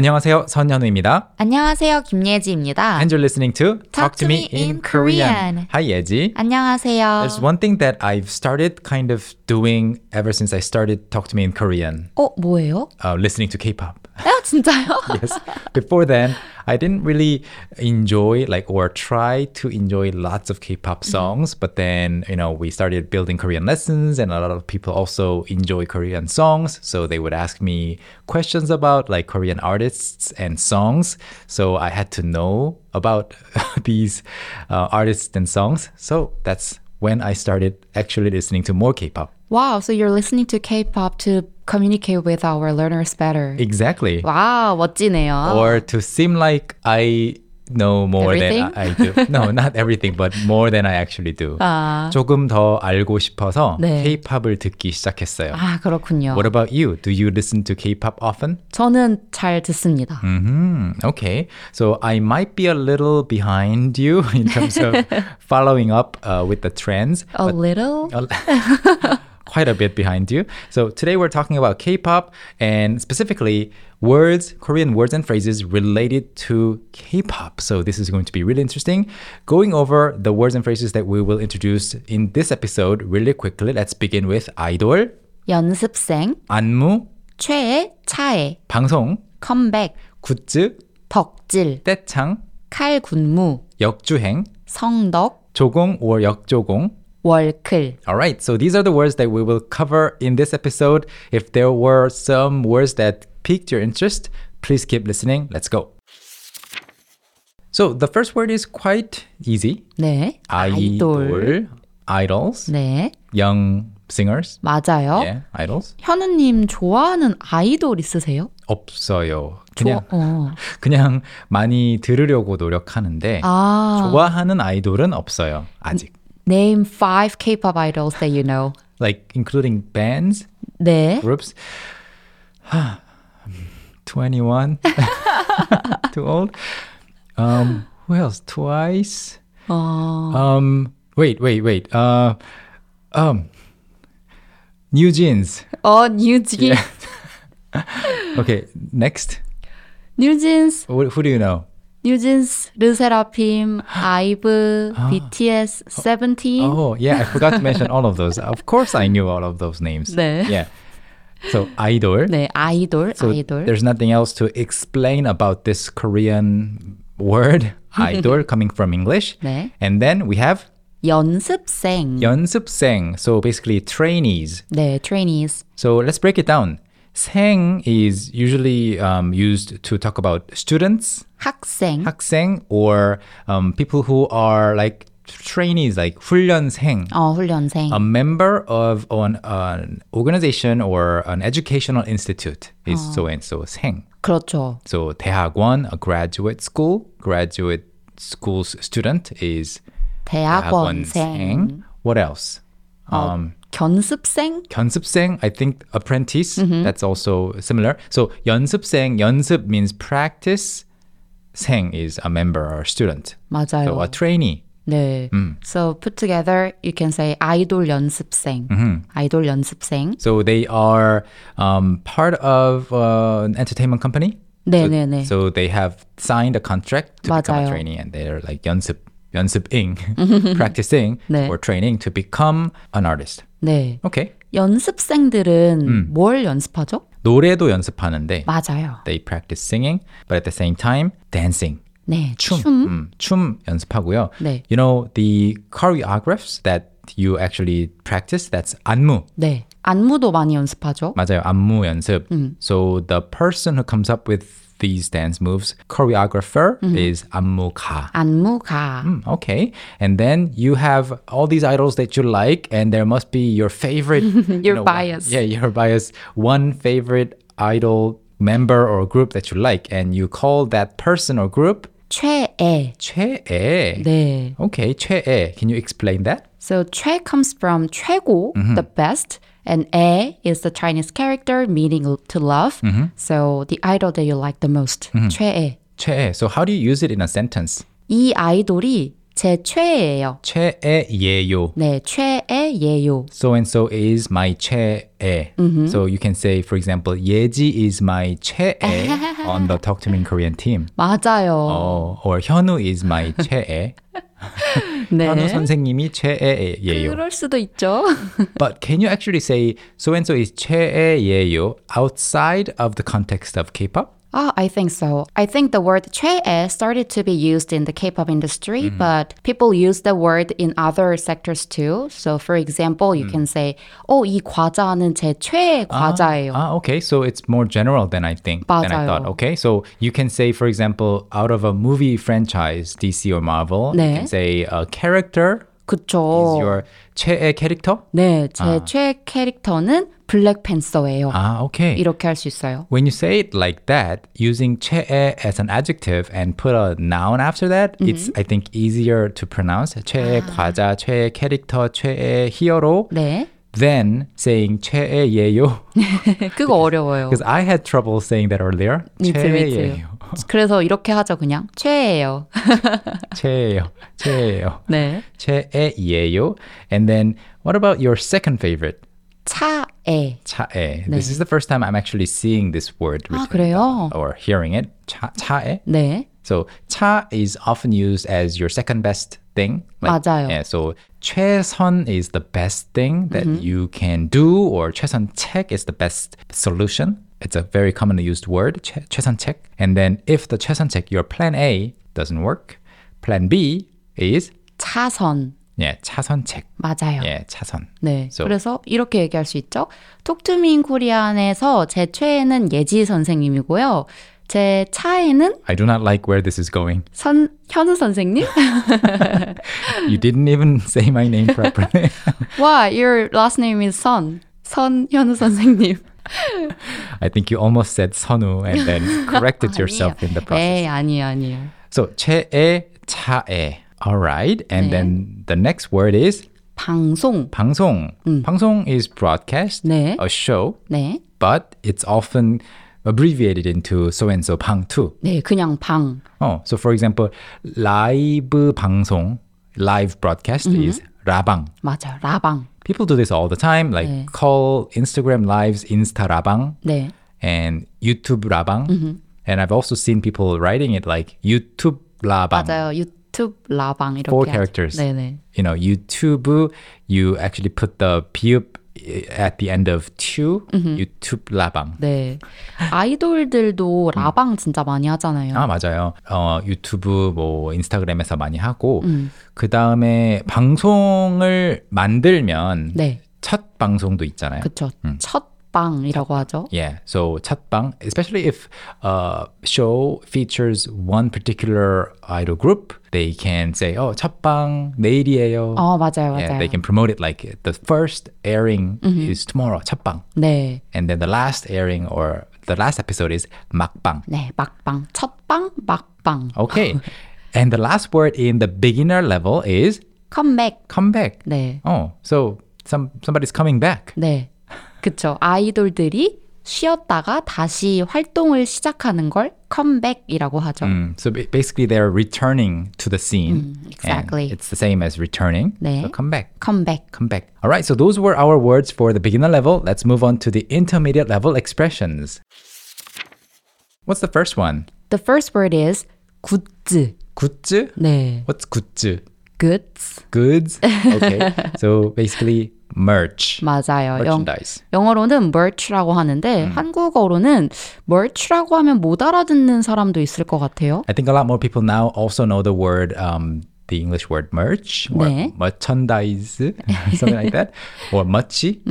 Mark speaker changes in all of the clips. Speaker 1: 안녕하세요. 선현우입니다.
Speaker 2: 안녕하세요. 김예지입니다.
Speaker 1: And you're listening to Talk, to Me in Korean.
Speaker 2: Korean.
Speaker 1: Hi, Yeji.
Speaker 2: 안녕하세요.
Speaker 1: There's one thing that I've started kind of doing ever since I started Talk to Me in Korean,
Speaker 2: 어, 뭐예요?
Speaker 1: uh, listening to K-pop.
Speaker 2: 아, 진짜요?
Speaker 1: yes. Before then, I didn't really enjoy like or try to enjoy lots of K-pop songs, but then, you know, we started building Korean lessons and a lot of people also enjoy Korean songs, so they would ask me questions about like Korean artists and songs. So I had to know about these uh, artists and songs. So that's when I started actually listening to more K-pop.
Speaker 2: Wow, so you're listening to K-pop to communicate with our learners better.
Speaker 1: Exactly.
Speaker 2: 와, 멋지네요.
Speaker 1: or to seem like I know more than
Speaker 2: Everything?
Speaker 1: I I do. No, not everything, but more than I actually do.
Speaker 2: 아.
Speaker 1: 조금 더 알고 싶어서
Speaker 2: Ah. 네.
Speaker 1: K-팝을 듣기 시작했어요.
Speaker 2: 아, 그렇군요.
Speaker 1: What about you? Do you listen to K-pop often?
Speaker 2: 저는 잘 듣습니다.
Speaker 1: Hmm, okay, so I might be a little behind you in terms of following up uh, with the trends.
Speaker 2: A little?
Speaker 1: quite a bit behind you. So today we're talking about K-pop and specifically words, Korean words and phrases related to K-pop. So this is going to be really interesting. Going over the words and phrases that we will introduce in this episode really quickly. Let's begin with idol,
Speaker 2: 연습생,
Speaker 1: 안무,
Speaker 2: 최애, 차애,
Speaker 1: 방송,
Speaker 2: 컴백,
Speaker 1: 굿즈,
Speaker 2: 덕질,
Speaker 1: 떼창,
Speaker 2: 칼군무,
Speaker 1: 역주행,
Speaker 2: 성덕,
Speaker 1: 조공 or 역조공,
Speaker 2: 월클.
Speaker 1: All right, so these are the words that we will cover in this episode. If there were some words that piqued your interest, please keep listening. Let's go. So the first word is quite easy.
Speaker 2: 네.
Speaker 1: Idol, idols,
Speaker 2: 네.
Speaker 1: young singers.
Speaker 2: 맞아요.
Speaker 1: Yeah, idols.
Speaker 2: 현우님 좋아하는 아이돌 있으세요?
Speaker 1: 없어요.
Speaker 2: 좋아,
Speaker 1: 그냥
Speaker 2: 어.
Speaker 1: 그냥 많이 들으려고 노력하는데
Speaker 2: 아.
Speaker 1: 좋아하는 아이돌은 없어요. 아직.
Speaker 2: Name five K-pop idols that you know.
Speaker 1: Like including bands,
Speaker 2: 네.
Speaker 1: groups. 21. Too old. Um, who else? Twice.
Speaker 2: 어,
Speaker 1: Um, wait, wait, wait. Uh, um, New Jeans.
Speaker 2: 어 뉴진,
Speaker 1: Okay, next.
Speaker 2: 뉴진스,
Speaker 1: Who, who do you know?
Speaker 2: 뉴진스, 르세라핌, 아이브, 어. BTS, 세븐틴.
Speaker 1: Oh, yeah, I forgot to mention all of those. Of course, I knew all of those names.
Speaker 2: 네.
Speaker 1: Yeah. So, idol.
Speaker 2: 네, 아이돌,
Speaker 1: So
Speaker 2: 아이돌.
Speaker 1: there's nothing else to explain about this Korean word idol coming from English.
Speaker 2: 네.
Speaker 1: And then we have
Speaker 2: 연습생.
Speaker 1: 연습생. So basically trainees.
Speaker 2: 네, trainees.
Speaker 1: So let's break it down. 생 is usually um, used to talk about students,
Speaker 2: 학생.
Speaker 1: 학생, or um, people who are like trainees, like 훈련생.
Speaker 2: 어, 훈련생.
Speaker 1: A member of an, an organization or an educational institute is so and so 생.
Speaker 2: 그렇죠.
Speaker 1: So 대학원, a graduate school, graduate school's student is
Speaker 2: 대학원생.
Speaker 1: 대학원생. What else? Um,
Speaker 2: 견습생?
Speaker 1: 연습생, I think apprentice. That's also similar. So 연습생, 연습 means practice. 생 is a member or student. So
Speaker 2: 맞아요.
Speaker 1: a trainee.
Speaker 2: 네. So put together, you can say 아이돌 연습생. 아이돌 연습생.
Speaker 1: So they are um, part of uh, an entertainment company.
Speaker 2: 네,
Speaker 1: so,
Speaker 2: 네, 네.
Speaker 1: so they have signed a contract to become a
Speaker 2: 맞아요.
Speaker 1: trainee, and they're like 연습, 연습ing, practicing
Speaker 2: 네.
Speaker 1: or training to become an artist.
Speaker 2: 네.
Speaker 1: Okay.
Speaker 2: 연습생들은 뭘 연습하죠?
Speaker 1: 노래도 연습하는데
Speaker 2: 맞아요.
Speaker 1: they practice singing, but at the same time dancing.
Speaker 2: 네, 춤.
Speaker 1: 음, 춤 연습하고요.
Speaker 2: 네.
Speaker 1: You know the choreographs that you actually practice. That's 안무.
Speaker 2: 네. 안무도 많이 연습하죠.
Speaker 1: 맞아요. 안무 연습. So the person who comes up with these dance moves, choreographer is 안무가.
Speaker 2: 안무가.
Speaker 1: Mm, Okay, and then you have all these idols that you like, and there must be your favorite. you
Speaker 2: Your
Speaker 1: know,
Speaker 2: bias.
Speaker 1: One, yeah, your bias. One favorite idol member or group that you like, and you call that person or group
Speaker 2: 최애.
Speaker 1: 최애.
Speaker 2: 네.
Speaker 1: Okay, 최애. Can you explain that?
Speaker 2: So 최 comes from 최고, the best, and 애 is the Chinese character meaning to love. So the idol that you like the most. 최애.
Speaker 1: 최애. So how do you use it in a sentence?
Speaker 2: 이 아이돌이 제 최애예요.
Speaker 1: 최애예요.
Speaker 2: 네, 최애예요.
Speaker 1: So and so is my 최애.
Speaker 2: Mm-hmm.
Speaker 1: So you can say, for example, Yeji is my 최애 on the Talk to Me in Korean team.
Speaker 2: 맞아요.
Speaker 1: 어, or 현우 is my 최애. 현우
Speaker 2: 네.
Speaker 1: 선생님이 최애예요.
Speaker 2: 그럴 수도 있죠.
Speaker 1: But can you actually say so and so is 최애예요 outside of the context of K-pop?
Speaker 2: Ah, I think so. I think the word 최애 started to be used in the K-pop industry,
Speaker 1: Mm-hmm.
Speaker 2: but people use the word in other sectors too. So, for example,
Speaker 1: Mm.
Speaker 2: you can say, "Oh, 이 과자는 제 최애 과자예요."
Speaker 1: Ah, okay. So it's more general than I think than I thought.
Speaker 2: 맞아요.
Speaker 1: Okay. So you can say, for example, out of a movie franchise, DC or Marvel, you
Speaker 2: 네.
Speaker 1: can say a character is
Speaker 2: 그쵸?
Speaker 1: your 아. 최애 캐릭터.
Speaker 2: 네, 제 최애 캐릭터는 블랙팬서예요.
Speaker 1: Ah, okay.
Speaker 2: 이렇게 할 수 있어요.
Speaker 1: When you say it like that, using 최애 as an adjective and put a noun after that,
Speaker 2: Mm-hmm.
Speaker 1: it's I think easier to pronounce.
Speaker 2: Ah.
Speaker 1: 최애 과자, 최애 캐릭터, 최애 히어로.
Speaker 2: 네,
Speaker 1: Then saying 최애예요.
Speaker 2: 그거 어려워요.
Speaker 1: Because I had trouble saying that earlier.
Speaker 2: Me too, me too.
Speaker 1: 최애예요.
Speaker 2: 그래서 이렇게 하죠, 그냥 최애예요.
Speaker 1: 최애예요. 최애예요.
Speaker 2: 네,
Speaker 1: 최애예요. And then what about your second favorite?
Speaker 2: 차애.
Speaker 1: 차애. This is the first time I'm actually seeing this word
Speaker 2: 아,
Speaker 1: written down
Speaker 2: 그래요?
Speaker 1: or hearing it. 차, 차애.
Speaker 2: 네,
Speaker 1: So 차 is often used as your second best thing.
Speaker 2: 맞아요.
Speaker 1: Yeah, so 최선 is the best thing that
Speaker 2: Mm-hmm.
Speaker 1: you can do, or 최선책 is the best solution. It's a very commonly used word, 최, 최선책. And then if the 최선책, your plan A doesn't work, plan B is
Speaker 2: 차선
Speaker 1: yeah 차선책.
Speaker 2: 맞아요.
Speaker 1: Yeah, 차선.
Speaker 2: 네.
Speaker 1: So-
Speaker 2: 그래서 이렇게 얘기할 수 있죠. 톡투민 코리안에서 제 최애는 예지 선생님이고요. 제 차에는
Speaker 1: I do not like where this is going.
Speaker 2: 선, 현우 선생님?
Speaker 1: You didn't even say my name properly.
Speaker 2: Why? Your last name is 선. 선현우 선생님.
Speaker 1: I think you almost said 선우 and then corrected yourself in the process.
Speaker 2: 에이, 네, 아니에요, 아니에요.
Speaker 1: So 최애, 차애. All right. And then the next word is
Speaker 2: 방송.
Speaker 1: 방송. 방송 is broadcast,
Speaker 2: 네.
Speaker 1: a show,
Speaker 2: 네.
Speaker 1: but it's often abbreviated into so and so 방 too.
Speaker 2: 네, 그냥 방.
Speaker 1: Oh, so for example, 라이브 방송, live broadcast is 라방.
Speaker 2: 맞아요. 라방.
Speaker 1: People do this all the time, like call Instagram lives Insta 라방
Speaker 2: 네.
Speaker 1: and YouTube 라방. And I've also seen people writing it like YouTube 라방.
Speaker 2: 맞아요. 유튜브 라방 이렇게.
Speaker 1: four
Speaker 2: 하죠.
Speaker 1: characters.
Speaker 2: 네, 네.
Speaker 1: You know, YouTube, you actually put the piup at the end of tu,
Speaker 2: Mm-hmm.
Speaker 1: YouTube 라방.
Speaker 2: 네. 아이돌들도 라방 진짜 많이 하잖아요.
Speaker 1: 아, 맞아요. 어, 유튜브, 뭐, 인스타그램에서 많이 하고,
Speaker 2: 음.
Speaker 1: 그 다음에 방송을 만들면,
Speaker 2: 네.
Speaker 1: 첫 방송도 있잖아요.
Speaker 2: 그쵸. 첫 방이라고 하죠.
Speaker 1: Yeah, so chatbang, especially if a show features one particular idol group, they can say, "Oh, chatbang 내일이에요."
Speaker 2: 어, 맞아요,
Speaker 1: Yeah,
Speaker 2: 맞아요.
Speaker 1: they can promote it like the first airing is tomorrow, chatbang,
Speaker 2: 네.
Speaker 1: and then the last airing or the last episode is makbang.
Speaker 2: 네, 막방, 첫방, 막방,
Speaker 1: Okay, and the last word in the beginner level is
Speaker 2: 컴백.
Speaker 1: comeback.
Speaker 2: 네,
Speaker 1: Oh, so some somebody's coming back.
Speaker 2: 네, 그쵸. 아이돌들이 쉬었다가 다시 활동을 시작하는 걸 컴백이라고 하죠.
Speaker 1: Mm, So ba- basically, they're returning to the scene. and
Speaker 2: exactly.
Speaker 1: It's the same as returning.
Speaker 2: 네.
Speaker 1: So come back.
Speaker 2: 컴백.
Speaker 1: Come back. All right. So those were our words for the beginner level. Let's move on to the intermediate level expressions. What's the first one?
Speaker 2: The first word is 굿즈.
Speaker 1: 굿즈?
Speaker 2: 네,
Speaker 1: What's 굿즈?
Speaker 2: goods.
Speaker 1: Goods? Okay. so basically, merch.
Speaker 2: 맞아요. 영,
Speaker 1: Merchandise.
Speaker 2: 영어로는 merch라고 하는데 한국어로는 merch라고 하면 못 알아듣는 사람도 있을 것 같아요.
Speaker 1: I think a lot more people now also know the word, um, the English word merch or
Speaker 2: 네.
Speaker 1: merchandise, something like that, or mochi.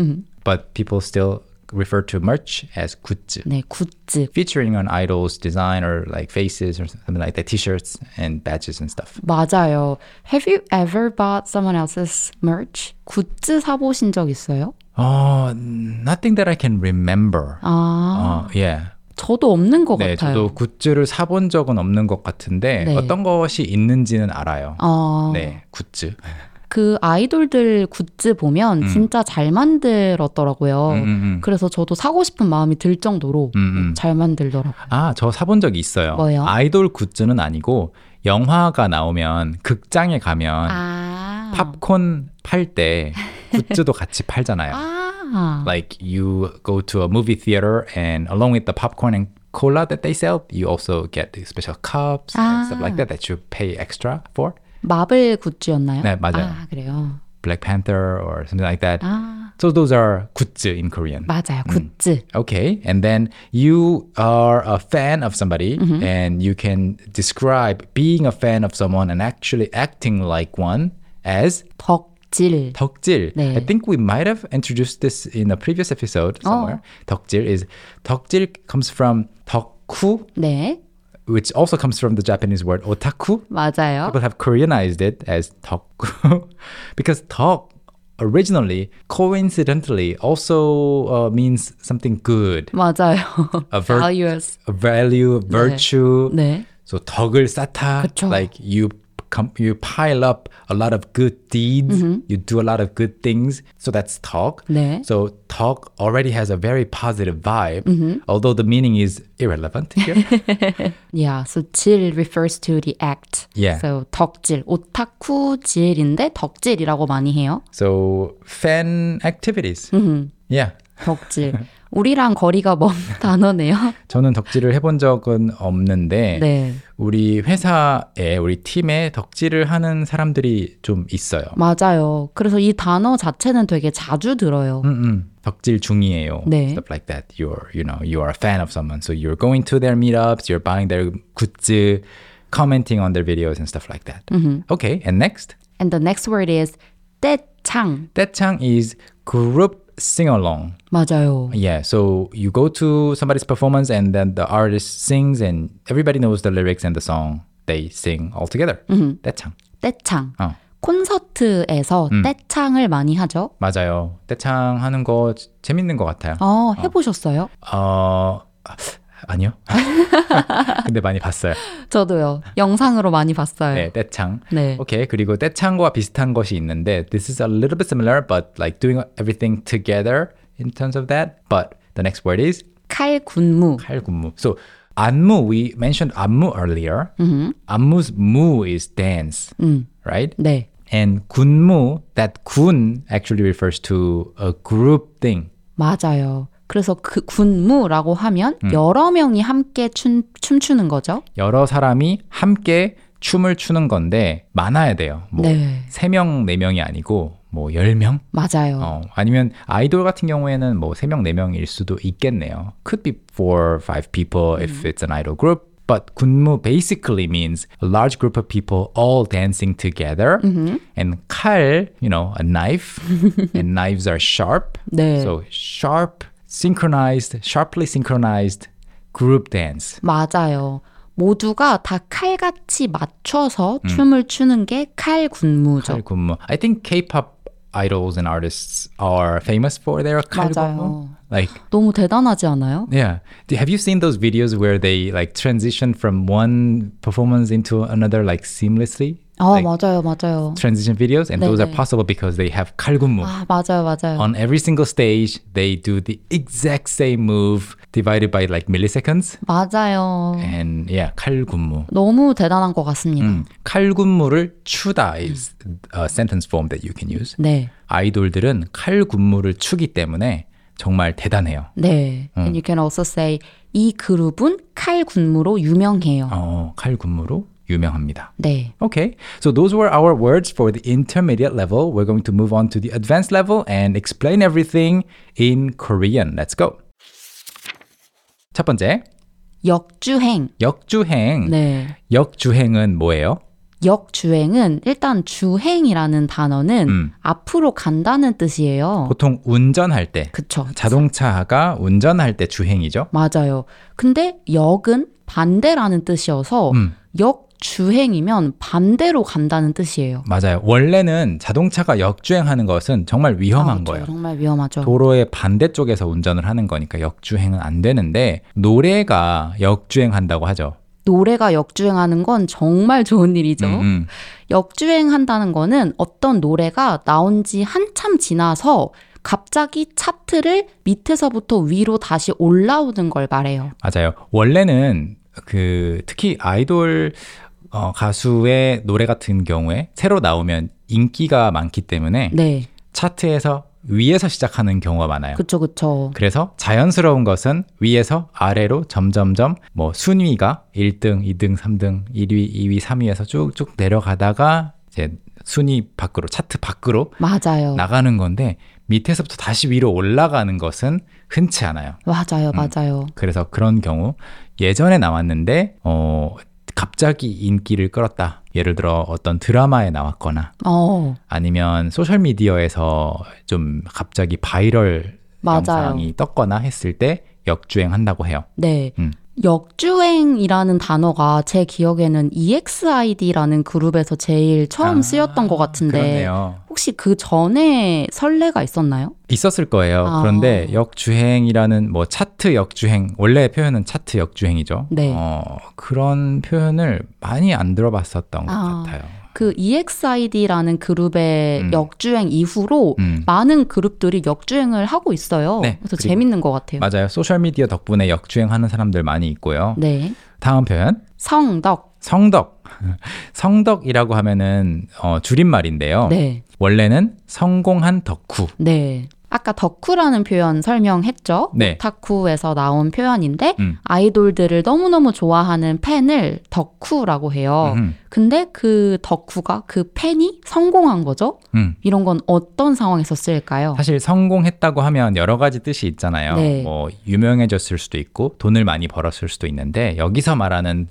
Speaker 1: But people still refer to merch as 굿즈.
Speaker 2: 네, 굿즈.
Speaker 1: Featuring on idols' design or like faces or something like that, t-shirts and badges and stuff.
Speaker 2: 맞아요. Have you ever bought someone else's merch? 굿즈 사보신 적 있어요?
Speaker 1: Oh, nothing that I can remember. 아, yeah.
Speaker 2: 저도 없는 것
Speaker 1: 네,
Speaker 2: 같아요.
Speaker 1: 저도 굿즈를 사본 적은 없는 것 같은데
Speaker 2: 네.
Speaker 1: 어떤 것이 있는지는 알아요.
Speaker 2: 어,
Speaker 1: 네, 굿즈.
Speaker 2: 그 아이돌들 굿즈
Speaker 1: 음.
Speaker 2: 보면 진짜 잘 만들었더라고요. 그래서 저도 사고 싶은 마음이 들 정도로 잘 만들더라고요.
Speaker 1: 음. 아, 저 사본 적이 있어요.
Speaker 2: 뭐요?
Speaker 1: 아이돌 굿즈는 아니고 영화가 나오면 극장에 가면
Speaker 2: 아.
Speaker 1: 팝콘 팔 때 굿즈도 같이 팔잖아요.
Speaker 2: 아.
Speaker 1: like you go to a movie theater and along with the popcorn and cola that they sell, you also get the special cups and stuff like that
Speaker 2: 아.
Speaker 1: that you pay extra for.
Speaker 2: 마블 굿즈였나요?
Speaker 1: 네, 맞아요.
Speaker 2: 아, 그래요.
Speaker 1: Black Panther or something like that.
Speaker 2: 아.
Speaker 1: So those are 굿즈 in Korean.
Speaker 2: 맞아요.
Speaker 1: 음.
Speaker 2: 굿즈.
Speaker 1: Okay, and then you are a fan of somebody, and you can describe being a fan of someone and actually acting like one as
Speaker 2: 덕질.
Speaker 1: 덕질.
Speaker 2: 네.
Speaker 1: I think we might have introduced this in a previous episode somewhere. 덕질 is 덕질 comes from 덕후,
Speaker 2: 네.
Speaker 1: which also comes from the Japanese word otaku.
Speaker 2: 맞아요.
Speaker 1: People have Koreanized it as 덕후 because 덕 originally, coincidentally, also uh, means something good,
Speaker 2: 맞아요.
Speaker 1: A ver-
Speaker 2: values.
Speaker 1: a value, a virtue.
Speaker 2: 네.
Speaker 1: So 덕을 쌓다,
Speaker 2: 그쵸.
Speaker 1: like you com- you pile up a lot of good deeds, you do a lot of good things. So that's 덕.
Speaker 2: 네.
Speaker 1: So 덕 already has a very positive vibe, although the meaning is irrelevant here.
Speaker 2: Yeah, so 질 refers to the act.
Speaker 1: Yeah.
Speaker 2: So 덕질, 오타쿠 질인데 덕질이라고 많이 해요.
Speaker 1: so fan activities. Yeah.
Speaker 2: 덕질. 우리랑 거리가 먼 단어네요.
Speaker 1: 저는 덕질을 해본 적은 없는데
Speaker 2: 네.
Speaker 1: 우리 회사에 우리 팀에 덕질을 하는 사람들이 좀 있어요.
Speaker 2: 맞아요. 그래서 이 단어 자체는 되게 자주 들어요.
Speaker 1: 음, 음. 덕질 중이에요.
Speaker 2: 네.
Speaker 1: Stuff like that. You're, you know, you are a fan of someone, so you're going to their meetups, you're buying their 굿즈, commenting on their videos and stuff like that. Okay, and next,
Speaker 2: And the next word is 떼창.
Speaker 1: 떼창 is group sing along.
Speaker 2: 맞아요.
Speaker 1: Yeah, so you go to somebody's performance and then the artist sings and everybody knows the lyrics and the song they sing all together. 떼창.
Speaker 2: 떼창.
Speaker 1: 어. 음.
Speaker 2: 콘서트에서 떼창을 많이 하죠.
Speaker 1: 맞아요. 떼창 하는 거 지- 재밌는 것 같아요.
Speaker 2: 어, 해보셨어요?
Speaker 1: 어, 아, 아니요. 근데 많이 봤어요.
Speaker 2: 저도요. 영상으로 많이 봤어요.
Speaker 1: 네, 떼창.
Speaker 2: 네.
Speaker 1: 오케이. 그리고 떼창과 비슷한 것이 있는데 this is a little bit similar but like doing everything together in terms of that. But the next word is
Speaker 2: 칼 군무.
Speaker 1: 칼군무. So 안무 we mentioned 안무 earlier.
Speaker 2: 음.
Speaker 1: 안무's 무 is dance. Right?
Speaker 2: 네.
Speaker 1: And 군무 that 군 actually refers to a group thing.
Speaker 2: 맞아요. 그래서 그 군무라고 하면
Speaker 1: 음.
Speaker 2: 여러 명이 함께 춘, 춤추는 거죠.
Speaker 1: 여러 사람이 함께 춤을 추는 건데 많아야 돼요. 뭐
Speaker 2: 네.
Speaker 1: 3명, 4명이 아니고 뭐 10명?
Speaker 2: 맞아요.
Speaker 1: 어, 아니면 아이돌 같은 경우에는 뭐 3명, 4명일 수도 있겠네요. Could be 4 or 5 people if it's an idol group. But 군무 basically means a large group of people all dancing together. And 칼, you know, a knife. and knives are sharp.
Speaker 2: 네.
Speaker 1: So sharp, synchronized, sharply synchronized group dance.
Speaker 2: 맞아요. 모두가 다 칼같이 맞춰서 춤을 추는 게 칼
Speaker 1: 음.
Speaker 2: 군무죠.
Speaker 1: 칼 군무. I think K-pop idols and artists are famous for their 칼 군무.
Speaker 2: 맞아요.
Speaker 1: Like
Speaker 2: 너무 대단하지 않아요?
Speaker 1: Yeah. Do- Have you seen those videos where they like transition from one performance into another like seamlessly?
Speaker 2: 아,
Speaker 1: like,
Speaker 2: 맞아요, 맞아요.
Speaker 1: transition videos and those are
Speaker 2: 네네.
Speaker 1: possible because they have 칼군무.
Speaker 2: 아, 맞아요, 맞아요.
Speaker 1: On every single stage, they do the exact same move divided by like milliseconds
Speaker 2: 맞아요.
Speaker 1: and yeah, 칼군무.
Speaker 2: 너무 대단한 것 같습니다.
Speaker 1: 음. 칼군무를 추다 is a sentence form that you can use.
Speaker 2: 네.
Speaker 1: 아이돌들은 칼군무를 추기 때문에 정말 대단해요.
Speaker 2: 네.
Speaker 1: 음.
Speaker 2: And you can also say 이 그룹은 칼 군무로 유명해요.
Speaker 1: 어, 칼군무로 유명합니다.
Speaker 2: 네.
Speaker 1: Okay, so those were our words for the intermediate level. We're going to move on to the advanced level and explain everything in Korean. Let's go. 첫 번째,
Speaker 2: 역주행.
Speaker 1: 역주행.
Speaker 2: 네.
Speaker 1: 역주행은 뭐예요?
Speaker 2: 역주행은 일단 주행이라는 단어는 앞으로 간다는 뜻이에요.
Speaker 1: 음. 보통 운전할 때,
Speaker 2: 그쵸.
Speaker 1: 자동차가 운전할 때 주행이죠.
Speaker 2: 맞아요. 근데 역은 반대라는 뜻이어서
Speaker 1: 음.
Speaker 2: 역주행이면 반대로 간다는 뜻이에요.
Speaker 1: 맞아요. 원래는 자동차가 역주행하는 것은 정말 위험한
Speaker 2: 그렇죠.
Speaker 1: 거예요.
Speaker 2: 정말 위험하죠.
Speaker 1: 도로의 반대쪽에서 운전을 하는 거니까 역주행은 안 되는데 노래가 역주행한다고 하죠.
Speaker 2: 노래가 역주행하는 건 정말 좋은 일이죠.
Speaker 1: 음.
Speaker 2: 역주행한다는 거는 어떤 노래가 나온 지 한참 지나서 갑자기 차트를 밑에서부터 위로 다시 올라오는 걸 말해요.
Speaker 1: 맞아요. 원래는 그 특히 아이돌 어, 가수의 노래 같은 경우에 새로 나오면 인기가 많기 때문에
Speaker 2: 네.
Speaker 1: 차트에서 위에서 시작하는 경우가 많아요.
Speaker 2: 그쵸, 그쵸.
Speaker 1: 그래서 자연스러운 것은 위에서 아래로 점점점 뭐 순위가 1등, 2등, 3등, 1위, 2위, 3위에서 쭉쭉 내려가다가 이제 순위 밖으로 차트 밖으로
Speaker 2: 맞아요.
Speaker 1: 나가는 건데 밑에서부터 다시 위로 올라가는 것은 흔치 않아요.
Speaker 2: 맞아요,
Speaker 1: 음.
Speaker 2: 맞아요.
Speaker 1: 그래서 그런 경우 예전에 나왔는데 어 갑자기 인기를 끌었다. 예를 들어 어떤 드라마에 나왔거나
Speaker 2: 어,
Speaker 1: 아니면 소셜 미디어에서 좀 갑자기 바이럴
Speaker 2: 맞아요.
Speaker 1: 영상이 떴거나 했을 때 역주행한다고 해요.
Speaker 2: 네.
Speaker 1: 음.
Speaker 2: 역주행이라는 단어가 제 기억에는 E EXID라는 그룹에서 제일 처음
Speaker 1: 아,
Speaker 2: 쓰였던 것 같은데
Speaker 1: 그렇네요.
Speaker 2: 혹시 그 전에 설레가 있었나요?
Speaker 1: 있었을 거예요.
Speaker 2: 아.
Speaker 1: 그런데 역주행이라는 뭐 차트 역주행 원래 표현은 차트 역주행이죠.
Speaker 2: 네.
Speaker 1: 어, 그런 표현을 많이 안 들어봤었던 것
Speaker 2: 아.
Speaker 1: 같아요.
Speaker 2: 그 EXID라는 그룹의
Speaker 1: 음.
Speaker 2: 역주행 이후로
Speaker 1: 음.
Speaker 2: 많은 그룹들이 역주행을 하고 있어요.
Speaker 1: 네,
Speaker 2: 그래서
Speaker 1: 그리고-
Speaker 2: 재밌는 것 같아요.
Speaker 1: 맞아요. 소셜 미디어 덕분에 역주행하는 사람들 많이 있고요.
Speaker 2: 네.
Speaker 1: 다음 표현
Speaker 2: 성덕.
Speaker 1: 성덕. 성덕이라고 하면은 어, 줄임말인데요.
Speaker 2: 네.
Speaker 1: 원래는 성공한 덕후.
Speaker 2: 네. 아까 덕후라는 표현 설명했죠?
Speaker 1: 네.
Speaker 2: 타쿠에서 나온 표현인데
Speaker 1: 음.
Speaker 2: 아이돌들을 너무너무 좋아하는 팬을 덕후라고 해요.
Speaker 1: 음,
Speaker 2: 근데 그 덕후가 그 팬이 성공한 거죠?
Speaker 1: 음.
Speaker 2: 이런 건 어떤 상황에서 쓸까요?
Speaker 1: 사실 성공했다고 하면 여러 가지 뜻이 있잖아요.
Speaker 2: 네.
Speaker 1: 뭐 유명해졌을 수도 있고 돈을 많이 벌었을 수도 있는데 여기서 말하는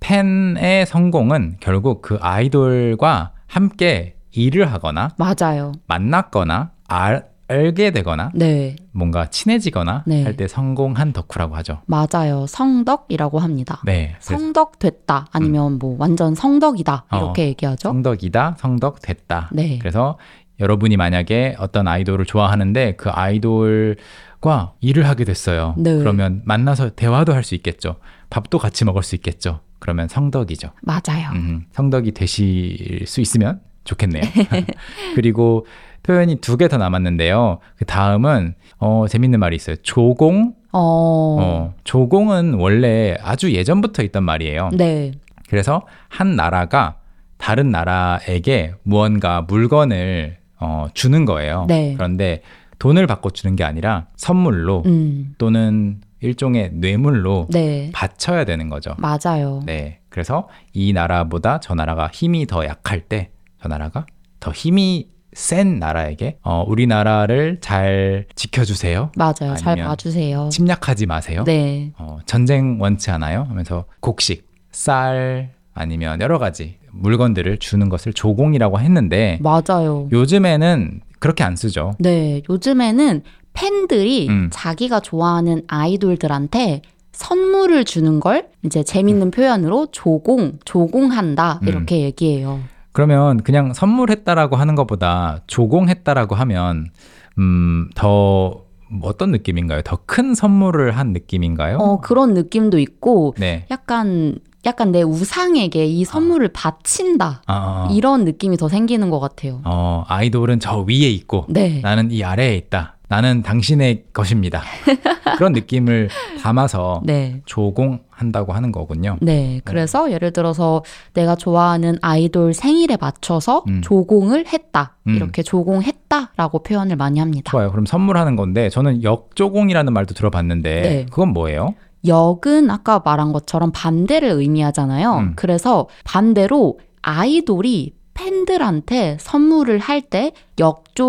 Speaker 1: 팬의 성공은 결국 그 아이돌과 함께 일을 하거나
Speaker 2: 맞아요.
Speaker 1: 만났거나 알, 알게 되거나
Speaker 2: 네.
Speaker 1: 뭔가 친해지거나
Speaker 2: 네.
Speaker 1: 할 때 성공한 덕후라고 하죠.
Speaker 2: 맞아요. 성덕이라고 합니다.
Speaker 1: 네. 그래서
Speaker 2: 성덕 됐다 아니면 뭐 완전 성덕이다
Speaker 1: 어.
Speaker 2: 이렇게 얘기하죠.
Speaker 1: 성덕이다, 성덕 됐다.
Speaker 2: 네.
Speaker 1: 그래서 여러분이 만약에 어떤 아이돌을 좋아하는데 그 아이돌과 일을 하게 됐어요.
Speaker 2: 네.
Speaker 1: 그러면 만나서 대화도 할 수 있겠죠. 밥도 같이 먹을 수 있겠죠. 그러면 성덕이죠.
Speaker 2: 맞아요.
Speaker 1: 음, 성덕이 되실 수 있으면 좋겠네요. 그리고 표현이 두 개 더 남았는데요. 그 다음은 어, 재밌는 말이 있어요. 조공.
Speaker 2: 어.
Speaker 1: 어, 조공은 원래 아주 예전부터 있던 말이에요.
Speaker 2: 네.
Speaker 1: 그래서 한 나라가 다른 나라에게 무언가 물건을 어, 주는 거예요.
Speaker 2: 네.
Speaker 1: 그런데 돈을 받고 주는 게 아니라 선물로
Speaker 2: 음.
Speaker 1: 또는 일종의 뇌물로
Speaker 2: 네. 음.
Speaker 1: 바쳐야 되는 거죠.
Speaker 2: 맞아요.
Speaker 1: 네. 그래서 이 나라보다 저 나라가 힘이 더 약할 때 저 나라가 더 힘이 센 나라에게 어, 우리나라를 잘 지켜주세요.
Speaker 2: 맞아요. 잘
Speaker 1: 아니면
Speaker 2: 봐 주세요.
Speaker 1: 침략하지 마세요.
Speaker 2: 네.
Speaker 1: 어, 전쟁 원치 않아요? 하면서 곡식, 쌀 아니면 여러 가지 물건들을 주는 것을 조공이라고 했는데
Speaker 2: 맞아요.
Speaker 1: 요즘에는 그렇게 안 쓰죠.
Speaker 2: 네. 요즘에는 팬들이
Speaker 1: 음.
Speaker 2: 자기가 좋아하는 아이돌들한테 선물을 주는 걸 이제 재밌는 표현으로 조공, 조공한다
Speaker 1: 음.
Speaker 2: 이렇게 얘기해요.
Speaker 1: 그러면 그냥 선물했다라고 하는 것보다 조공했다라고 하면 음, 더 어떤 느낌인가요? 더 큰 선물을 한 느낌인가요?
Speaker 2: 어, 그런 느낌도 있고
Speaker 1: 네.
Speaker 2: 약간 약간 내 우상에게 이 선물을 바친다.
Speaker 1: 아, 어,
Speaker 2: 이런 느낌이 더 생기는 것 같아요.
Speaker 1: 어, 아이돌은 저 위에 있고
Speaker 2: 네.
Speaker 1: 나는 이 아래에 있다. 나는 당신의 것입니다. 그런 느낌을 담아서
Speaker 2: 네.
Speaker 1: 조공한다고 하는 거군요.
Speaker 2: 네. 그래서 예를 들어서 내가 좋아하는 아이돌 생일에 맞춰서
Speaker 1: 음.
Speaker 2: 조공을 했다.
Speaker 1: 음.
Speaker 2: 이렇게 조공했다라고 표현을 많이 합니다.
Speaker 1: 좋아요. 그럼 선물하는 건데 저는 역조공이라는 말도 들어봤는데
Speaker 2: 네.
Speaker 1: 그건 뭐예요?
Speaker 2: 역은 아까 말한 것처럼 반대를 의미하잖아요.
Speaker 1: 음.
Speaker 2: 그래서 반대로 아이돌이 팬들한테 선물을 할 때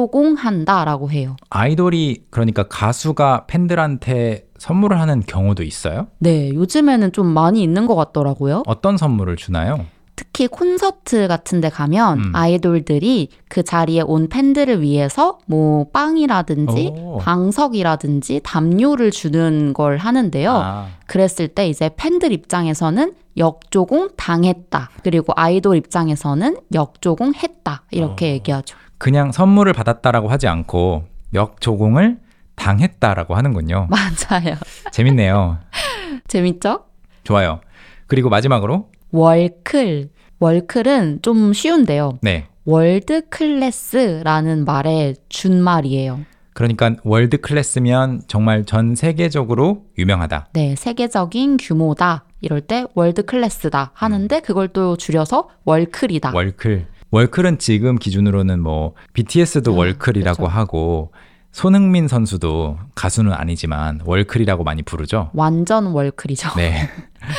Speaker 2: 역조공한다라고 해요.
Speaker 1: 아이돌이 그러니까 가수가 팬들한테 선물을 하는 경우도 있어요?
Speaker 2: 네, 요즘에는 좀 많이 있는 것 같더라고요.
Speaker 1: 어떤 선물을 주나요?
Speaker 2: 특히 콘서트 같은 데 가면
Speaker 1: 음.
Speaker 2: 아이돌들이 그 자리에 온 팬들을 위해서 뭐 빵이라든지
Speaker 1: 오.
Speaker 2: 방석이라든지 담요를 주는 걸 하는데요.
Speaker 1: 아,
Speaker 2: 그랬을 때 이제 팬들 입장에서는 역조공 당했다. 그리고 아이돌 입장에서는 역조공 했다. 이렇게
Speaker 1: 아.
Speaker 2: 얘기하죠.
Speaker 1: 그냥 선물을 받았다라고 하지 않고 역조공을 당했다라고 하는군요.
Speaker 2: 맞아요.
Speaker 1: 재밌네요.
Speaker 2: 재밌죠?
Speaker 1: 좋아요. 그리고 마지막으로
Speaker 2: 월클. 월클은 좀 쉬운데요.
Speaker 1: 네.
Speaker 2: 월드 클래스라는 말의 준말이에요.
Speaker 1: 그러니까 월드 클래스면 정말 전 세계적으로 유명하다.
Speaker 2: 네, 세계적인 규모다. 이럴 때 월드 클래스다 하는데 그걸 또 줄여서 월클이다.
Speaker 1: 음. 월클. 월클은 지금 기준으로는 뭐
Speaker 2: 아,
Speaker 1: BTS도 월클이라고
Speaker 2: 그렇죠.
Speaker 1: 하고 손흥민 선수도 가수는 아니지만 월클이라고 많이 부르죠.
Speaker 2: 완전 월클이죠.
Speaker 1: 네.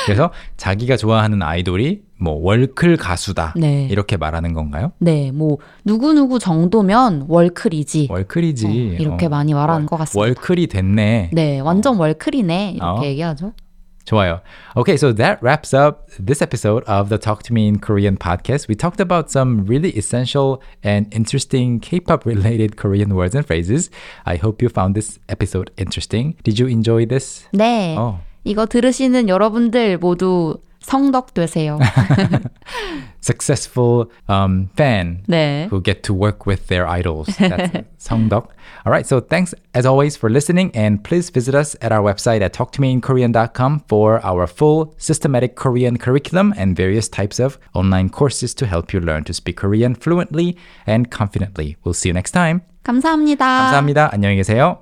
Speaker 1: 그래서 자기가 좋아하는 아이돌이 뭐 월클 가수다.
Speaker 2: 네.
Speaker 1: 이렇게 말하는 건가요?
Speaker 2: 네, 뭐 누구누구 정도면 월클이지.
Speaker 1: 월클이지.
Speaker 2: 어, 이렇게
Speaker 1: 어.
Speaker 2: 많이 말하는 것 같습니다.
Speaker 1: 월클이 됐네.
Speaker 2: 네, 완전 월클이네 이렇게
Speaker 1: 어.
Speaker 2: 얘기하죠.
Speaker 1: 좋아요. Okay, so that wraps up this episode of the Talk to Me in Korean podcast. We talked about some really essential and interesting K-pop related Korean words and phrases. I hope you found this episode interesting. Did you enjoy this?
Speaker 2: 네,
Speaker 1: 어.
Speaker 2: 이거 들으시는 여러분들 모두 성덕 되세요.
Speaker 1: Successful um, fan
Speaker 2: 네.
Speaker 1: who get to work with their idols. That's Songdok. All right, so thanks as always for listening, and please visit us at our website at talktomeinkorean.com for our full systematic Korean curriculum and various types of online courses to help you learn to speak Korean fluently and confidently. We'll see you next time.
Speaker 2: 감사합니다.
Speaker 1: 감사합니다. 안녕히 계세요.